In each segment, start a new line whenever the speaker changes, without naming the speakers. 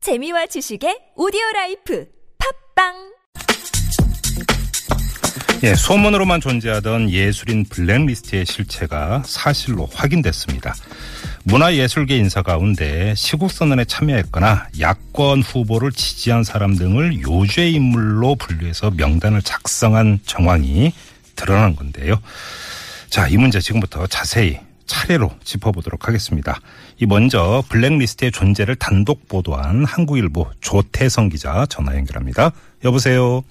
재미와 지식의 오디오 라이프 팝빵
예, 소문으로만 존재하던 예술인 블랙리스트의 실체가 사실로 확인됐습니다. 문화예술계 인사 가운데 시국선언에 참여했거나 야권 후보를 지지한 사람 등을 요죄 인물로 분류해서 명단을 작성한 정황이 드러난 건데요. 자, 이 문제 지금부터 자세히 차례로 짚어보도록 하겠습니다. 이 먼저 블랙리스트의 존재를 단독 보도한 한국일보 조태성 기자 전화 연결합니다. 여보세요.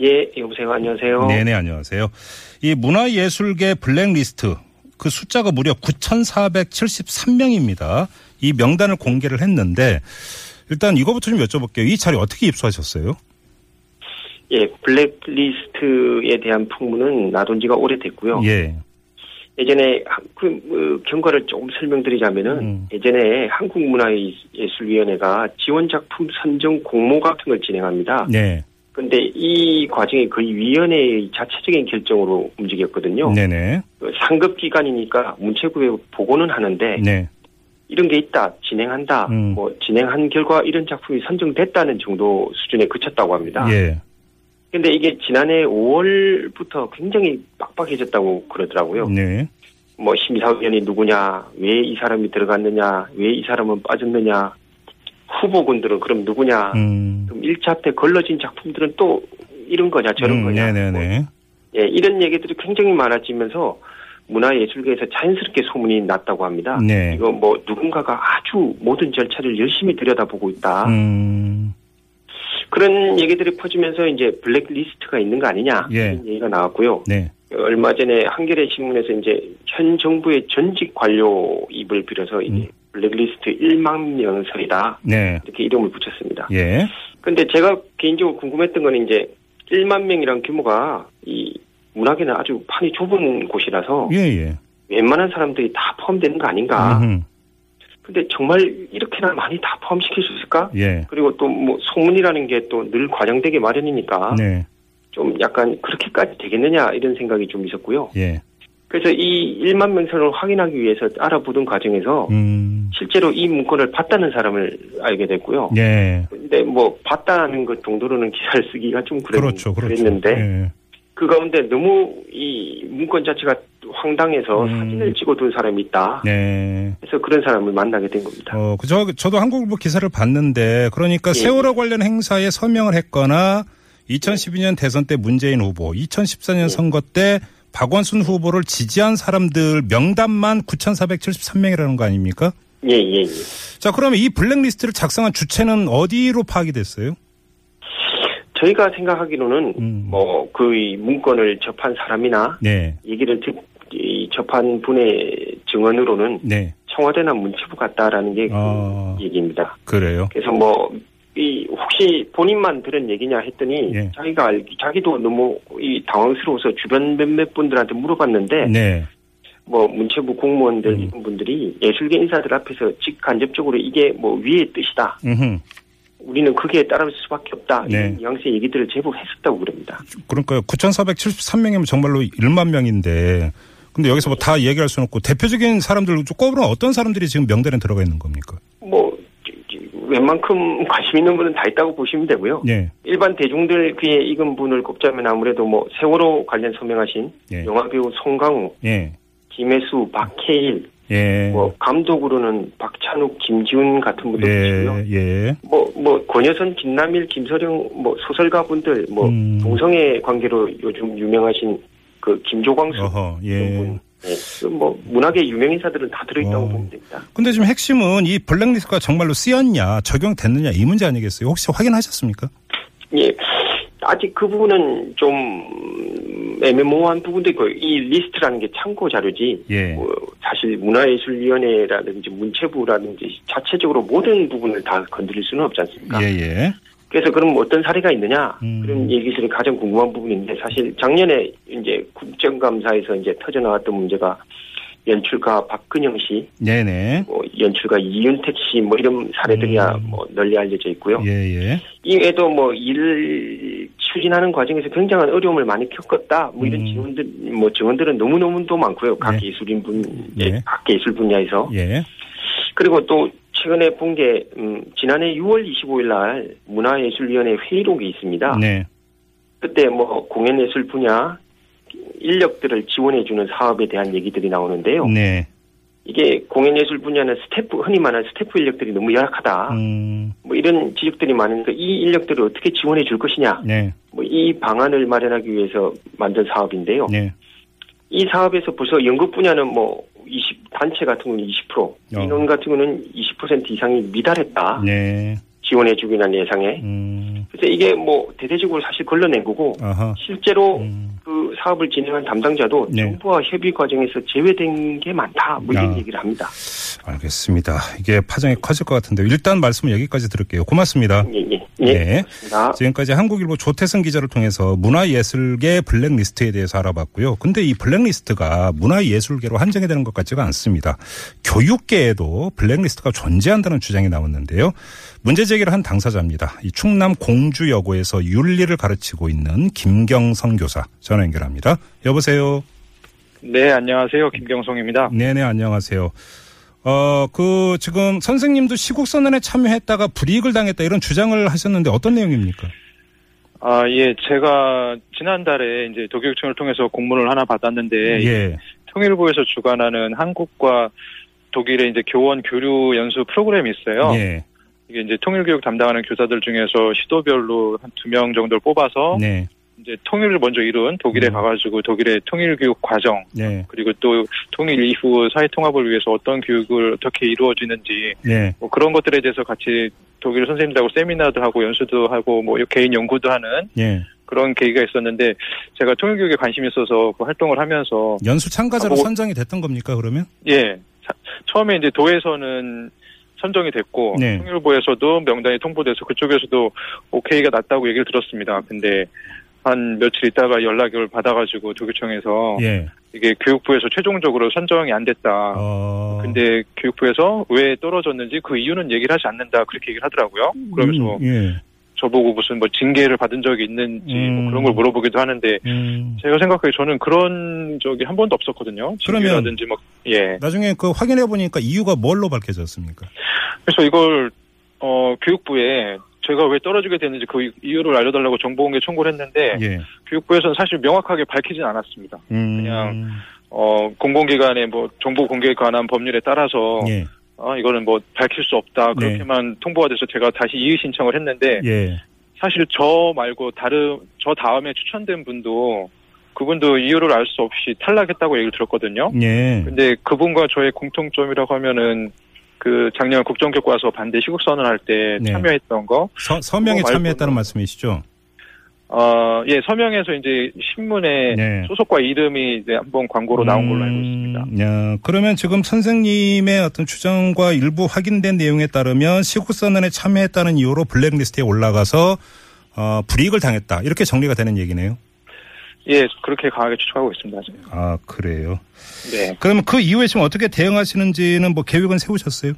예, 여보세요. 안녕하세요.
네네, 안녕하세요. 이 문화예술계 블랙리스트, 그 숫자가 무려 9,473명입니다. 이 명단을 공개를 했는데, 일단 이거부터 좀 여쭤볼게요. 이 자리 어떻게 입수하셨어요?
예, 블랙리스트에 대한 풍문은 나돈 지가 오래됐고요.
예.
예전에 한- 그 어, 경과를 조금 설명드리자면은
음.
예전에 한국문화예술위원회가 지원 작품 선정 공모 같은 걸 진행합니다.
네.
근데 이 과정이 거의 위원회의 자체적인 결정으로 움직였거든요.
네네.
그 상급 기관이니까 문체부에 보고는 하는데
네.
이런 게 있다, 진행한다,
음.
뭐 진행한 결과 이런 작품이 선정됐다는 정도 수준에 그쳤다고 합니다.
예.
근데 이게 지난해 5월부터 굉장히 빡빡해졌다고 그러더라고요.
네.
뭐 심사위원이 누구냐, 왜 이 사람이 들어갔느냐, 왜 이 사람은 빠졌느냐, 후보군들은 그럼 누구냐,
음.
그럼 1차 때 걸러진 작품들은 또 이런 거냐, 저런
음,
거냐. 뭐,
네네네.
예, 이런 얘기들이 굉장히 많아지면서 문화예술계에서 자연스럽게 소문이 났다고 합니다.
네.
이거 뭐 누군가가 아주 모든 절차를 열심히 들여다보고 있다.
음.
그런 얘기들이 퍼지면서 이제 블랙리스트가 있는 거 아니냐
예.
이런 얘기가 나왔고요.
네.
얼마 전에 한겨레 신문에서 이제 현 정부의 전직 관료 입을 빌어서 이제
음.
블랙리스트 1만 명설이다
네.
이렇게 이름을 붙였습니다.
예.
근데 제가 개인적으로 궁금했던 건 이제 1만 명이란 규모가 이 문학에는 아주 판이 좁은 곳이라서
예, 예.
웬만한 사람들이 다 포함되는 거 아닌가.
음흠.
근데 정말 이렇게나 많이 다 포함시킬 수 있을까?
예.
그리고 또 뭐 소문이라는 게 또 늘 과장되게 마련이니까
네.
좀 약간 그렇게까지 되겠느냐 이런 생각이 좀 있었고요.
예.
그래서 이 1만 명선을 확인하기 위해서 알아보던 과정에서
음.
실제로 이 문건을 봤다는 사람을 알게 됐고요.
예.
근데 뭐 봤다는 것 정도로는 기사를 쓰기가 좀 그랬,
그렇죠, 그렇죠.
는데
예.
그 가운데 너무 이 문건 자체가 황당해서
음.
사진을 찍어둔 사람이 있다.
네.
그래서 그런 사람을 만나게 된 겁니다.
어, 그저 저도 한국일보 기사를 봤는데 그러니까
예.
세월호 관련 행사에 서명을 했거나 2012년 대선 때 문재인 후보, 2014년
예.
선거 때 박원순 후보를 지지한 사람들 명단만 9,473명이라는 거 아닙니까?
예, 예, 예.
자, 그러면 이 블랙리스트를 작성한 주체는 어디로 파악이 됐어요?
저희가 생각하기로는
음.
뭐 그 이 문건을 접한 사람이나
네.
얘기를 듣, 이 접한 분의 증언으로는
네.
청와대나 문체부 같다라는 게 그
아.
얘기입니다.
그래요.
그래서 뭐, 이 혹시 본인만 들은 얘기냐 했더니
예.
자기가 알기, 자기도 너무 이 당황스러워서 주변 몇몇 분들한테 물어봤는데
네.
뭐 문체부 공무원들
음.
이런 분들이 예술계 인사들 앞에서 직간접적으로 이게 뭐 위의 뜻이다.
음흠.
우리는 그게 따라올 수밖에 없다.
네.
이런 뉘앙스의 얘기들을 제법 했었다고 그럽니다.
그러니까 9,473명이면 정말로 1만 명인데 근데 여기서 뭐 다 얘기할 수는 없고 대표적인 사람들 꼬부는 어떤 사람들이 지금 명단에 들어가 있는 겁니까?
뭐 지- 지- 웬만큼 관심 있는 분은 다 있다고 보시면 되고요.
예.
일반 대중들 귀에 익은 분을 꼽자면 아무래도 뭐 세월호 관련 서명하신
예.
영화배우 송강호,
예.
김혜수, 박해일,
예.
뭐 감독으로는 박찬욱, 김지훈 같은 분들 계시고요.
예. 예.
뭐, 뭐, 권여선, 김남일, 김서령, 뭐, 소설가 분들, 뭐,
음.
동성애 관계로 요즘 유명하신 그 김조광수
어허.
같은
예.
분. 네. 그 뭐, 문학의 유명 인사들은 다 들어있다고
어.
보면 됩니다.
근데 지금 핵심은 이 블랙리스트가 정말로 쓰였냐, 적용됐느냐 이 문제 아니겠어요? 혹시 확인하셨습니까?
예. 아직 그 부분은 좀 애매모호한 부분도 있고, 이 리스트라는 게 참고 자료지,
예.
뭐 사실 문화예술위원회라든지 문체부라든지 자체적으로 모든 부분을 다 건드릴 수는 없지 않습니까?
예, 예.
그래서 그럼 어떤 사례가 있느냐
음.
그런 얘기들이 가장 궁금한 부분인데 사실 작년에 이제 국정감사에서 이제 터져 나왔던 문제가 연출가 박근영 씨,
네, 네.
뭐 연출가 이윤택 씨 뭐 이런 사례들이야
음.
뭐 널리 알려져 있고요.
예, 예.
이외에도 뭐 일을 추진하는 과정에서 굉장한 어려움을 많이 겪었다. 뭐 이런
음.
증언들 뭐 증언들은 너무 너무도 많고요. 각
예.
예술인 분,
예.
각 예술 분야에서
예.
그리고 또 최근에 본 게 음, 지난해 6월 25일 날 문화예술위원회 회의록이 있습니다.
네.
그때 뭐 공연예술 분야 인력들을 지원해주는 사업에 대한 얘기들이 나오는데요.
네.
이게 공연예술 분야는 스태프 흔히 말하는 스태프 인력들이 너무 열악하다.
음,
뭐 이런 지적들이 많으니까 이 인력들을 어떻게 지원해 줄 것이냐.
네.
뭐 이 방안을 마련하기 위해서 만든 사업인데요.
네.
이 사업에서 벌써 연극 분야는 뭐 20, 단체 같은 경우는 20%,
어.
인원 같은 경우는 20% 이상이 미달했다.
네.
지원해 주기로 한 예상에.
음,
그래서 이게 뭐 대대적으로 사실 걸러낸 거고
아하.
실제로
음,
그 사업을 진행한 담당자도
네.
정부와 협의 과정에서 제외된 게 많다. 뭐 이런
아.
얘기를 합니다.
알겠습니다. 이게 파장이 커질 것 같은데 일단 말씀은 여기까지 들을게요. 고맙습니다.
예, 예, 예.
네.
아.
그렇습니다.
지금까지 한국일보 조태승 기자를 통해서 문화예술계 블랙리스트에 대해서 알아봤고요. 근데 이 블랙리스트가 문화예술계로 한정이 되는 것 같지가 않습니다. 교육계에도 블랙리스트가 존재한다는 주장이 나왔는데요. 문제 제기를 한 당사자입니다. 이 충남 공주여고에서 윤리를 가르치고 있는 김경성 교사 전화 연결합니다. 여보세요.
네, 안녕하세요. 김경송입니다.
네네 안녕하세요. 어, 그, 지금 선생님도 시국선언에 참여했다가 불이익을 당했다 이런 주장을 하셨는데 어떤 내용입니까?
아, 예, 제가 지난달에 이제 도교육청을 통해서 공문을 하나 받았는데
예.
통일부에서 주관하는 한국과 독일의 이제 교원 교류 연수 프로그램이 있어요.
예.
이게 이제 통일교육 담당하는 교사들 중에서 시도별로 한 두 명 정도를 뽑아서
네.
이제 통일을 먼저 이룬 독일에
음.
가가지고 독일의 통일교육 과정
네.
그리고 또 통일 이후 사회 통합을 위해서 어떤 교육을 어떻게 이루어지는지
네.
뭐 그런 것들에 대해서 같이 독일 선생님들하고 세미나도 하고 연수도 하고 뭐 개인 연구도 하는
예.
그런 계기가 있었는데 제가 통일교육에 관심이 있어서 그 활동을 하면서
연수 참가자로
아, 뭐-
선정이 됐던 겁니까 그러면?
예 차- 처음에 이제 도에서는 선정이 됐고
네.
통일부에서도 명단이 통보돼서 그쪽에서도 오케이가 났다고 얘기를 들었습니다. 근데 한 며칠 있다가 연락을 받아가지고 도교청에서
예.
이게 교육부에서 최종적으로 선정이 안 됐다.
어.
아, 근데 교육부에서 왜 떨어졌는지 그 이유는 얘기를 하지 않는다 그렇게 얘기를 하더라고요. 그러면서 뭐
음, 예.
저보고 무슨 뭐 징계를 받은 적이 있는지
음.
뭐 그런 걸 물어보기도 하는데
음.
제가 생각하기에 저는 그런 적이 한 번도 없었거든요.
그러면-
징계라든지 막 예.
나중에 그 확인해 보니까 이유가 뭘로 밝혀졌습니까?
그래서 이걸 어 교육부에 제가 왜 떨어지게 됐는지 그 이유를 알려달라고 정보공개 청구를 했는데
예.
교육부에서는 사실 명확하게 밝히진 않았습니다.
음.
네. 그냥 어 공공기관의 뭐 정보 공개에 관한 법률에 따라서
예. 네.
아 이거는 뭐 밝힐 수 없다 그렇게만 통보가 돼서 제가 다시 이의 신청을 했는데
예.
사실 저 말고 다른 저 다음에 추천된 분도 그분도 이유를 알 수 없이 탈락했다고 얘기를 들었거든요.
예.
근데 그분과 저의 공통점이라고 하면은 그 작년 국정교과서 반대 시국 선언할 때
네.
참여했던 거,
서, 서명에
그거
참여했다는
말고는- 뭐.
말씀이시죠?
어, 예 서명해서 이제 신문에
네.
소속과 이름이 이제 한번 광고로 나온 걸로 알고 있습니다.
음, 야, 그러면 지금 선생님의 어떤 추정과 일부 확인된 내용에 따르면 시국선언에 참여했다는 이유로 블랙리스트에 올라가서 어, 불이익을 당했다 이렇게 정리가 되는 얘기네요. 음.
예 그렇게 강하게 추측하고 있습니다. 지금.
아 그래요.
네.
그러면 그 이후에 지금 어떻게 대응하시는지는 뭐 계획은 세우셨어요?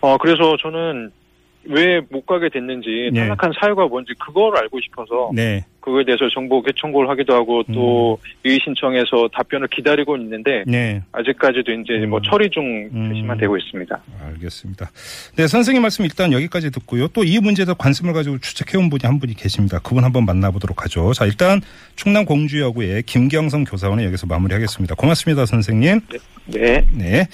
어, 그래서 저는 왜 못 가게 됐는지,
네.
탈락한 사유가 뭔지 그걸 알고 싶어서,
네.
그거에 대해서 정보 개청구를 하기도 하고, 또
음.
이의 신청해서 답변을 기다리고 있는데,
네.
아직까지도 이제 뭐
음.
처리 중
음.
표시만 되고 있습니다.
알겠습니다. 네, 선생님 말씀 일단 여기까지 듣고요. 또 이 문제에 서 관심을 가지고 추측해온 분이 한 분이 계십니다. 그분 한번 만나보도록 하죠. 자, 일단 충남 공주여고의 김경성 교사원은 여기서 마무리하겠습니다. 고맙습니다, 선생님.
네.
네.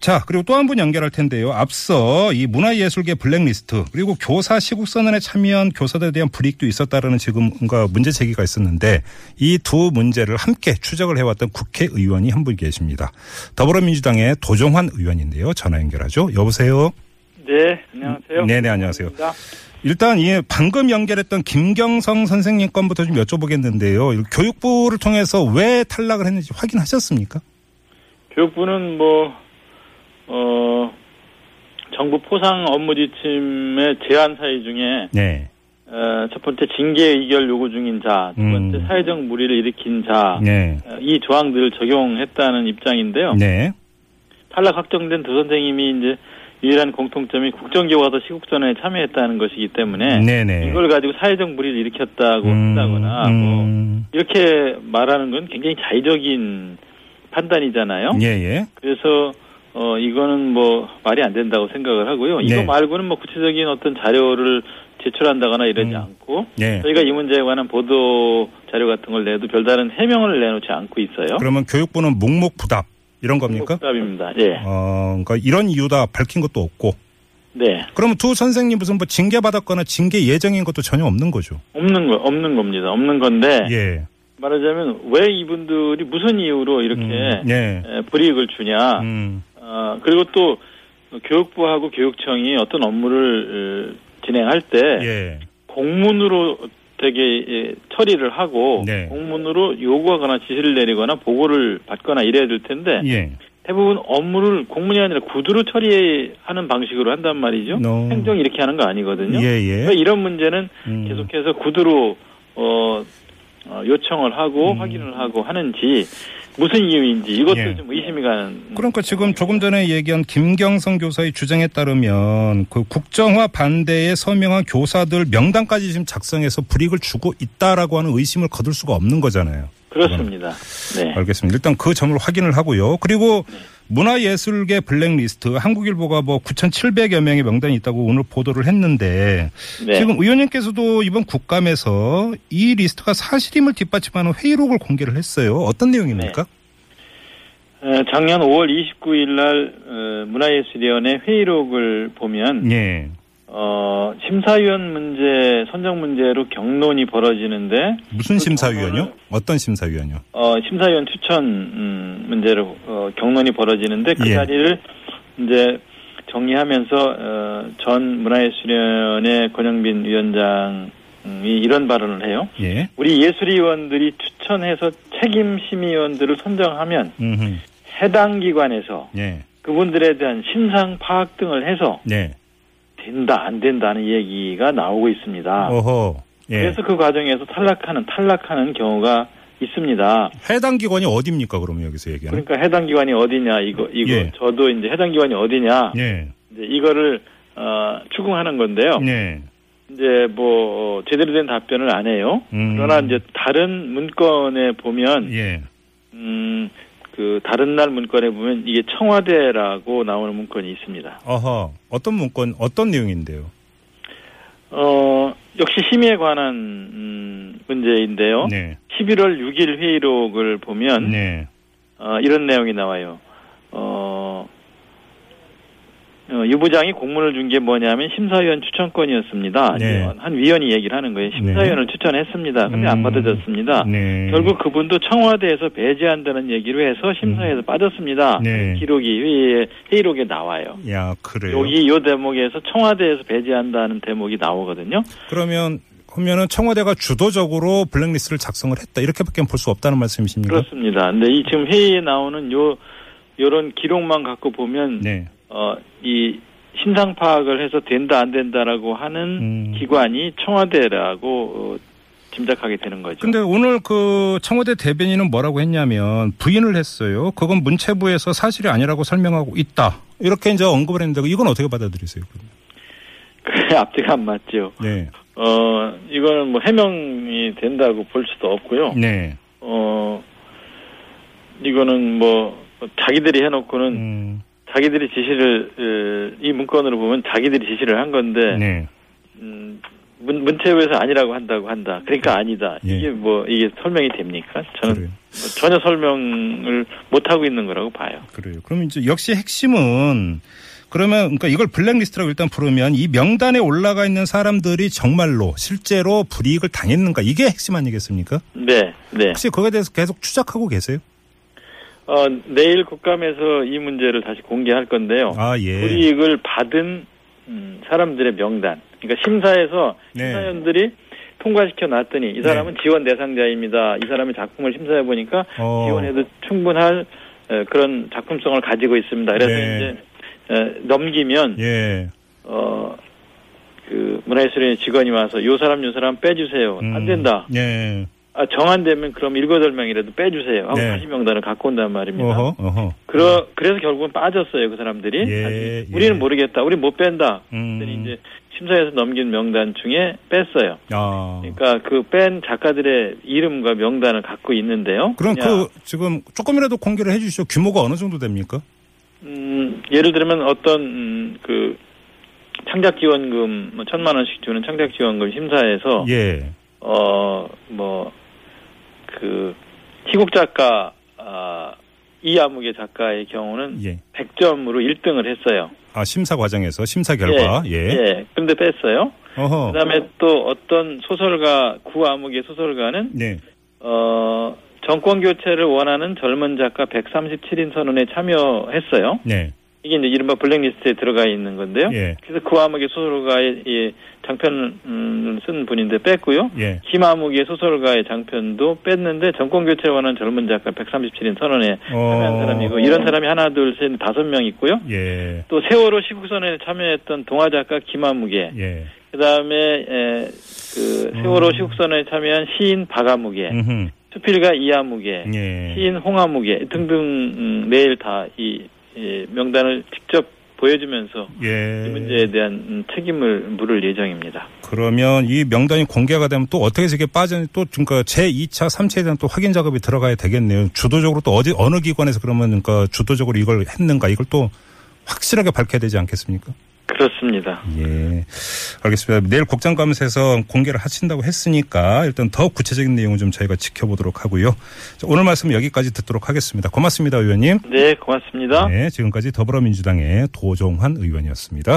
자, 그리고 또 한 분 연결할 텐데요. 앞서 이 문화예술계 블랙리스트 그리고 교사 시국선언에 참여한 교사들에 대한 불이익도 있었다라는 지금 뭔가 문제 제기가 있었는데 이 두 문제를 함께 추적을 해왔던 국회의원이 한 분 계십니다. 더불어민주당의 도종환 의원인데요. 전화 연결하죠. 여보세요.
네, 안녕하세요.
음. 네네, 안녕하세요.
반갑습니다.
일단 이 방금 연결했던 김경성 선생님 건부터 좀 여쭤보겠는데요. 교육부를 통해서 왜 탈락을 했는지 확인하셨습니까?
교육부는 뭐, 어, 정부 포상 업무 지침의 제한 사유 중에,
네.
어, 첫 번째 징계 의결 요구 중인 자, 두 번째
음.
사회적 무리를 일으킨 자,
네.
어, 이 조항들을 적용했다는 입장인데요.
네.
탈락 확정된 두 선생님이 이제 유일한 공통점이 국정교과서 시국전에 참여했다는 것이기 때문에,
네네.
이걸 가지고 사회적 무리를 일으켰다고 한다거나, 뭐,
음.
이렇게 말하는 건 굉장히 자의적인 판단이잖아요.
예, 예.
그래서 어 이거는 뭐 말이 안 된다고 생각을 하고요. 이거
네.
말고는 뭐 구체적인 어떤 자료를 제출한다거나 이러지
음.
않고
예.
저희가 이 문제에 관한 보도 자료 같은 걸 내도 별다른 해명을 내놓지 않고 있어요.
그러면 교육부는 묵묵부답 이런 겁니까?
답입니다. 예.
어, 그러니까 이런 이유 다 밝힌 것도 없고.
네.
그러면 두 선생님 무슨 뭐 징계 받았거나 징계 예정인 것도 전혀 없는 거죠.
없는 거 없는 겁니다. 없는 건데
예.
말하자면 왜 이분들이 무슨 이유로 이렇게
음, 예.
에, 불이익을 주냐.
음,
아, 그리고 또 교육부하고 교육청이 어떤 업무를 어, 진행할 때
예.
공문으로 되게 예, 처리를 하고
네.
공문으로 요구하거나 지시를 내리거나 보고를 받거나 이래야 될 텐데
예.
대부분 업무를 공문이 아니라 구두로 처리하는 방식으로 한단 말이죠.
No.
행정 이렇게 하는 거 아니거든요.
네. 예, 예.
그러니까 이런 문제는
음.
계속해서 구두로 어, 어, 요청을 하고
음.
확인을 하고 하는지 무슨 이유인지 이것도
예.
좀 의심이 가는
그러니까 지금 조금 전에 얘기한 김경성 교사의 주장에 따르면 그 국정화 반대에 서명한 교사들 명단까지 지금 작성해서 불이익을 주고 있다라고 하는 의심을 거둘 수가 없는 거잖아요.
그렇습니다. 네.
알겠습니다. 일단 그 점을 확인을 하고요. 그리고 문화예술계 블랙리스트 한국일보가 뭐 9,700여 명의 명단이 있다고 오늘 보도를 했는데
네.
지금 의원님께서도 이번 국감에서 이 리스트가 사실임을 뒷받침하는 회의록을 공개를 했어요. 어떤 내용입니까?
어, 작년 5월 29일 날 어, 문화예술위원회 회의록을 보면
예.
어, 심사위원 문제 선정 문제로 경론이 벌어지는데
무슨
그
심사위원이요?
경우는-
어떤 심사위원이요?
어, 심사위원 추천 음, 문제로 어, 경론이 벌어지는데 그
예.
자리를 이제 정리하면서 어, 전 문화예술위원회 권영빈 위원장이 이런 발언을 해요.
예.
우리 예술위원들이 추천해서 책임 심의위원들을 선정하면
음흠.
해당 기관에서
예.
그분들에 대한 신상 파악 등을 해서
예.
된다 안 된다는 얘기가 나오고 있습니다.
어허. 예.
아. 그래서 그 과정에서 탈락하는 탈락하는 경우가 있습니다.
해당 기관이 어디입니까? 그러면 여기서 얘기하는.
그러니까 해당 기관이 어디냐 이거 이거
예.
저도 이제 해당 기관이 어디냐
예.
이제 이거를 그러니까. 어, 추궁하는 건데요.
예.
이제 뭐 어, 제대로 된 답변을 안 해요.
음.
그러나 이제 다른 문건에 보면
예.
음, 그 다른 날 문건에 보면 이게 청와대라고 나오는 문건이 있습니다.
어허. 어떤 문건 어떤 내용인데요?
어, 역시 심의에 관한 음, 문제인데요.
네.
11월 6일 회의록을 보면
네.
어, 이런 내용이 나와요. 어, 어, 유부장이 공문을 준 게 뭐냐면 심사위원 추천권이었습니다.
네.
위원, 한 위원이 얘기를 하는 거예요. 심사위원을 추천했습니다.
음.
근데 안 받아졌습니다.
네.
결국 그분도 청와대에서 배제한다는 얘기로 해서 심사에서 빠졌습니다.
네.
기록이 회의에, 회의록에 나와요.
야, 그래요.
여기 요 대목에서 청와대에서 배제한다는 대목이 나오거든요.
음. 그러면 그러면은 청와대가 주도적으로 블랙리스트를 작성을 했다. 이렇게밖에 볼 수 없다는 말씀이십니까?
그렇습니다. 근데 이 지금 회의에 나오는 요 요런 기록만 갖고 보면
네.
어 이 신상 파악을 해서 된다 안 된다라고 하는
음.
기관이 청와대라고 어, 짐작하게 되는 거죠.
근데 오늘 그 청와대 대변인은 뭐라고 했냐면 부인을 했어요. 그건 문체부에서 사실이 아니라고 설명하고 있다. 이렇게 이제 언급을 했는데 이건 어떻게 받아들이세요? 그럼?
그래 앞뒤가 안 맞죠.
네.
어 이거는 뭐 해명이 된다고 볼 수도 없고요.
네.
어 이거는 뭐 자기들이 해놓고는
음,
자기들이 지시를 에, 이 문건으로 보면 자기들이 지시를 한 건데
네.
음, 문, 문체부에서 아니라고 한다고 한다. 그러니까 아니다.
예.
이게 뭐 이게 설명이 됩니까? 저는
그래요.
뭐 전혀 설명을 못 하고 있는 거라고 봐요.
그래요. 그럼 이제 역시 핵심은 그러면 그러니까 이걸 블랙리스트라고 일단 부르면 이 명단에 올라가 있는 사람들이 정말로 실제로 불이익을 당했는가 이게 핵심 아니겠습니까?
네, 네.
혹시 그거에 대해서 계속 추적하고 계세요?
어, 내일 국감에서 이 문제를 다시 공개할 건데요.
아 예.
어, 불이익을 받은 음, 사람들의 명단. 그러니까 심사에서
네.
심사위원들이 통과시켜 놨더니 이 사람은 지원 대상자입니다. 이 사람의 작품을 심사해 보니까
어.
지원해도 충분할 에, 그런 작품성을 가지고 있습니다. 그래서
네.
이제 에, 넘기면
예.
어, 그 문화예술의 직원이 와서 요 사람 요 사람 빼주세요.
음,
안 된다.
예.
아, 정안되면 그럼 일곱여덟 명이라도 빼주세요. 하고
네.
다시 명단을 갖고 온단 말입니다.
어허. 어허.
그러, 그래서 결국은 빠졌어요, 그 사람들이.
예,
다시.
예.
우리는 모르겠다. 우리 못 뺀다.
음.
그랬더니 이제 심사에서 넘긴 명단 중에 뺐어요.
아.
그러니까 그 뺀 작가들의 이름과 명단을 갖고 있는데요.
그럼
그냥
그 지금 조금이라도 공개를 해주시죠. 규모가 어느 정도 됩니까?
음, 예를 들면 어떤 음, 그 창작 지원금 뭐 천만 원씩 주는 창작 지원금 심사에서
예.
어 뭐 어, 그 희곡 작가 아, 이 암흑의 작가의 경우는
예.
100점으로 1등을 했어요.
아, 심사 과정에서 심사 결과. 예.
예. 근데 뺐어요.
어허.
그다음에 또 어떤 소설가 구암흑의 소설가는
네.
어 정권 교체를 원하는 젊은 작가 137인 선언에 참여했어요.
네.
이게 이제 이른바 블랙리스트에 들어가 있는 건데요.
예.
그래서 구암흑의 소설가의 이 장편을 음, 쓴 분인데 뺐고요.
예.
김암흑의 소설가의 장편도 뺐는데 정권 교체를 원하는 젊은 작가 137인 선언에
어.
참여한 사람이고 이런 사람이 하나 둘셋 다섯 명 있고요.
예.
또 세월호 시국선언에 참여했던 동화 작가 김아무개,
예.
그다음에 에, 그 세월호 시국선언에 참여한 시인 박아무개,
음. 음흠.
수필가 이아무개,
예.
시인 홍아무개 등등 음, 매일 다 이 명단을 직접 보여주면서
예.
이 문제에 대한 음, 책임을 물을 예정입니다.
그러면 이 명단이 공개가 되면 또 어떻게 해서 이게 빠진 또 그러니까 제 2차, 3차에 대한 또 확인 작업이 들어가야 되겠네요. 주도적으로 또 어디 어느 기관에서 그러면 그러니까 주도적으로 이걸 했는가 이걸 또 확실하게 밝혀야 되지 않겠습니까?
그렇습니다.
예. 알겠습니다. 내일 국장감사에서 공개를 하신다고 했으니까 일단 더 구체적인 내용을 좀 저희가 지켜보도록 하고요. 자, 오늘 말씀 여기까지 듣도록 하겠습니다. 고맙습니다, 의원님.
네, 고맙습니다.
네, 지금까지 더불어민주당의 도종환 의원이었습니다.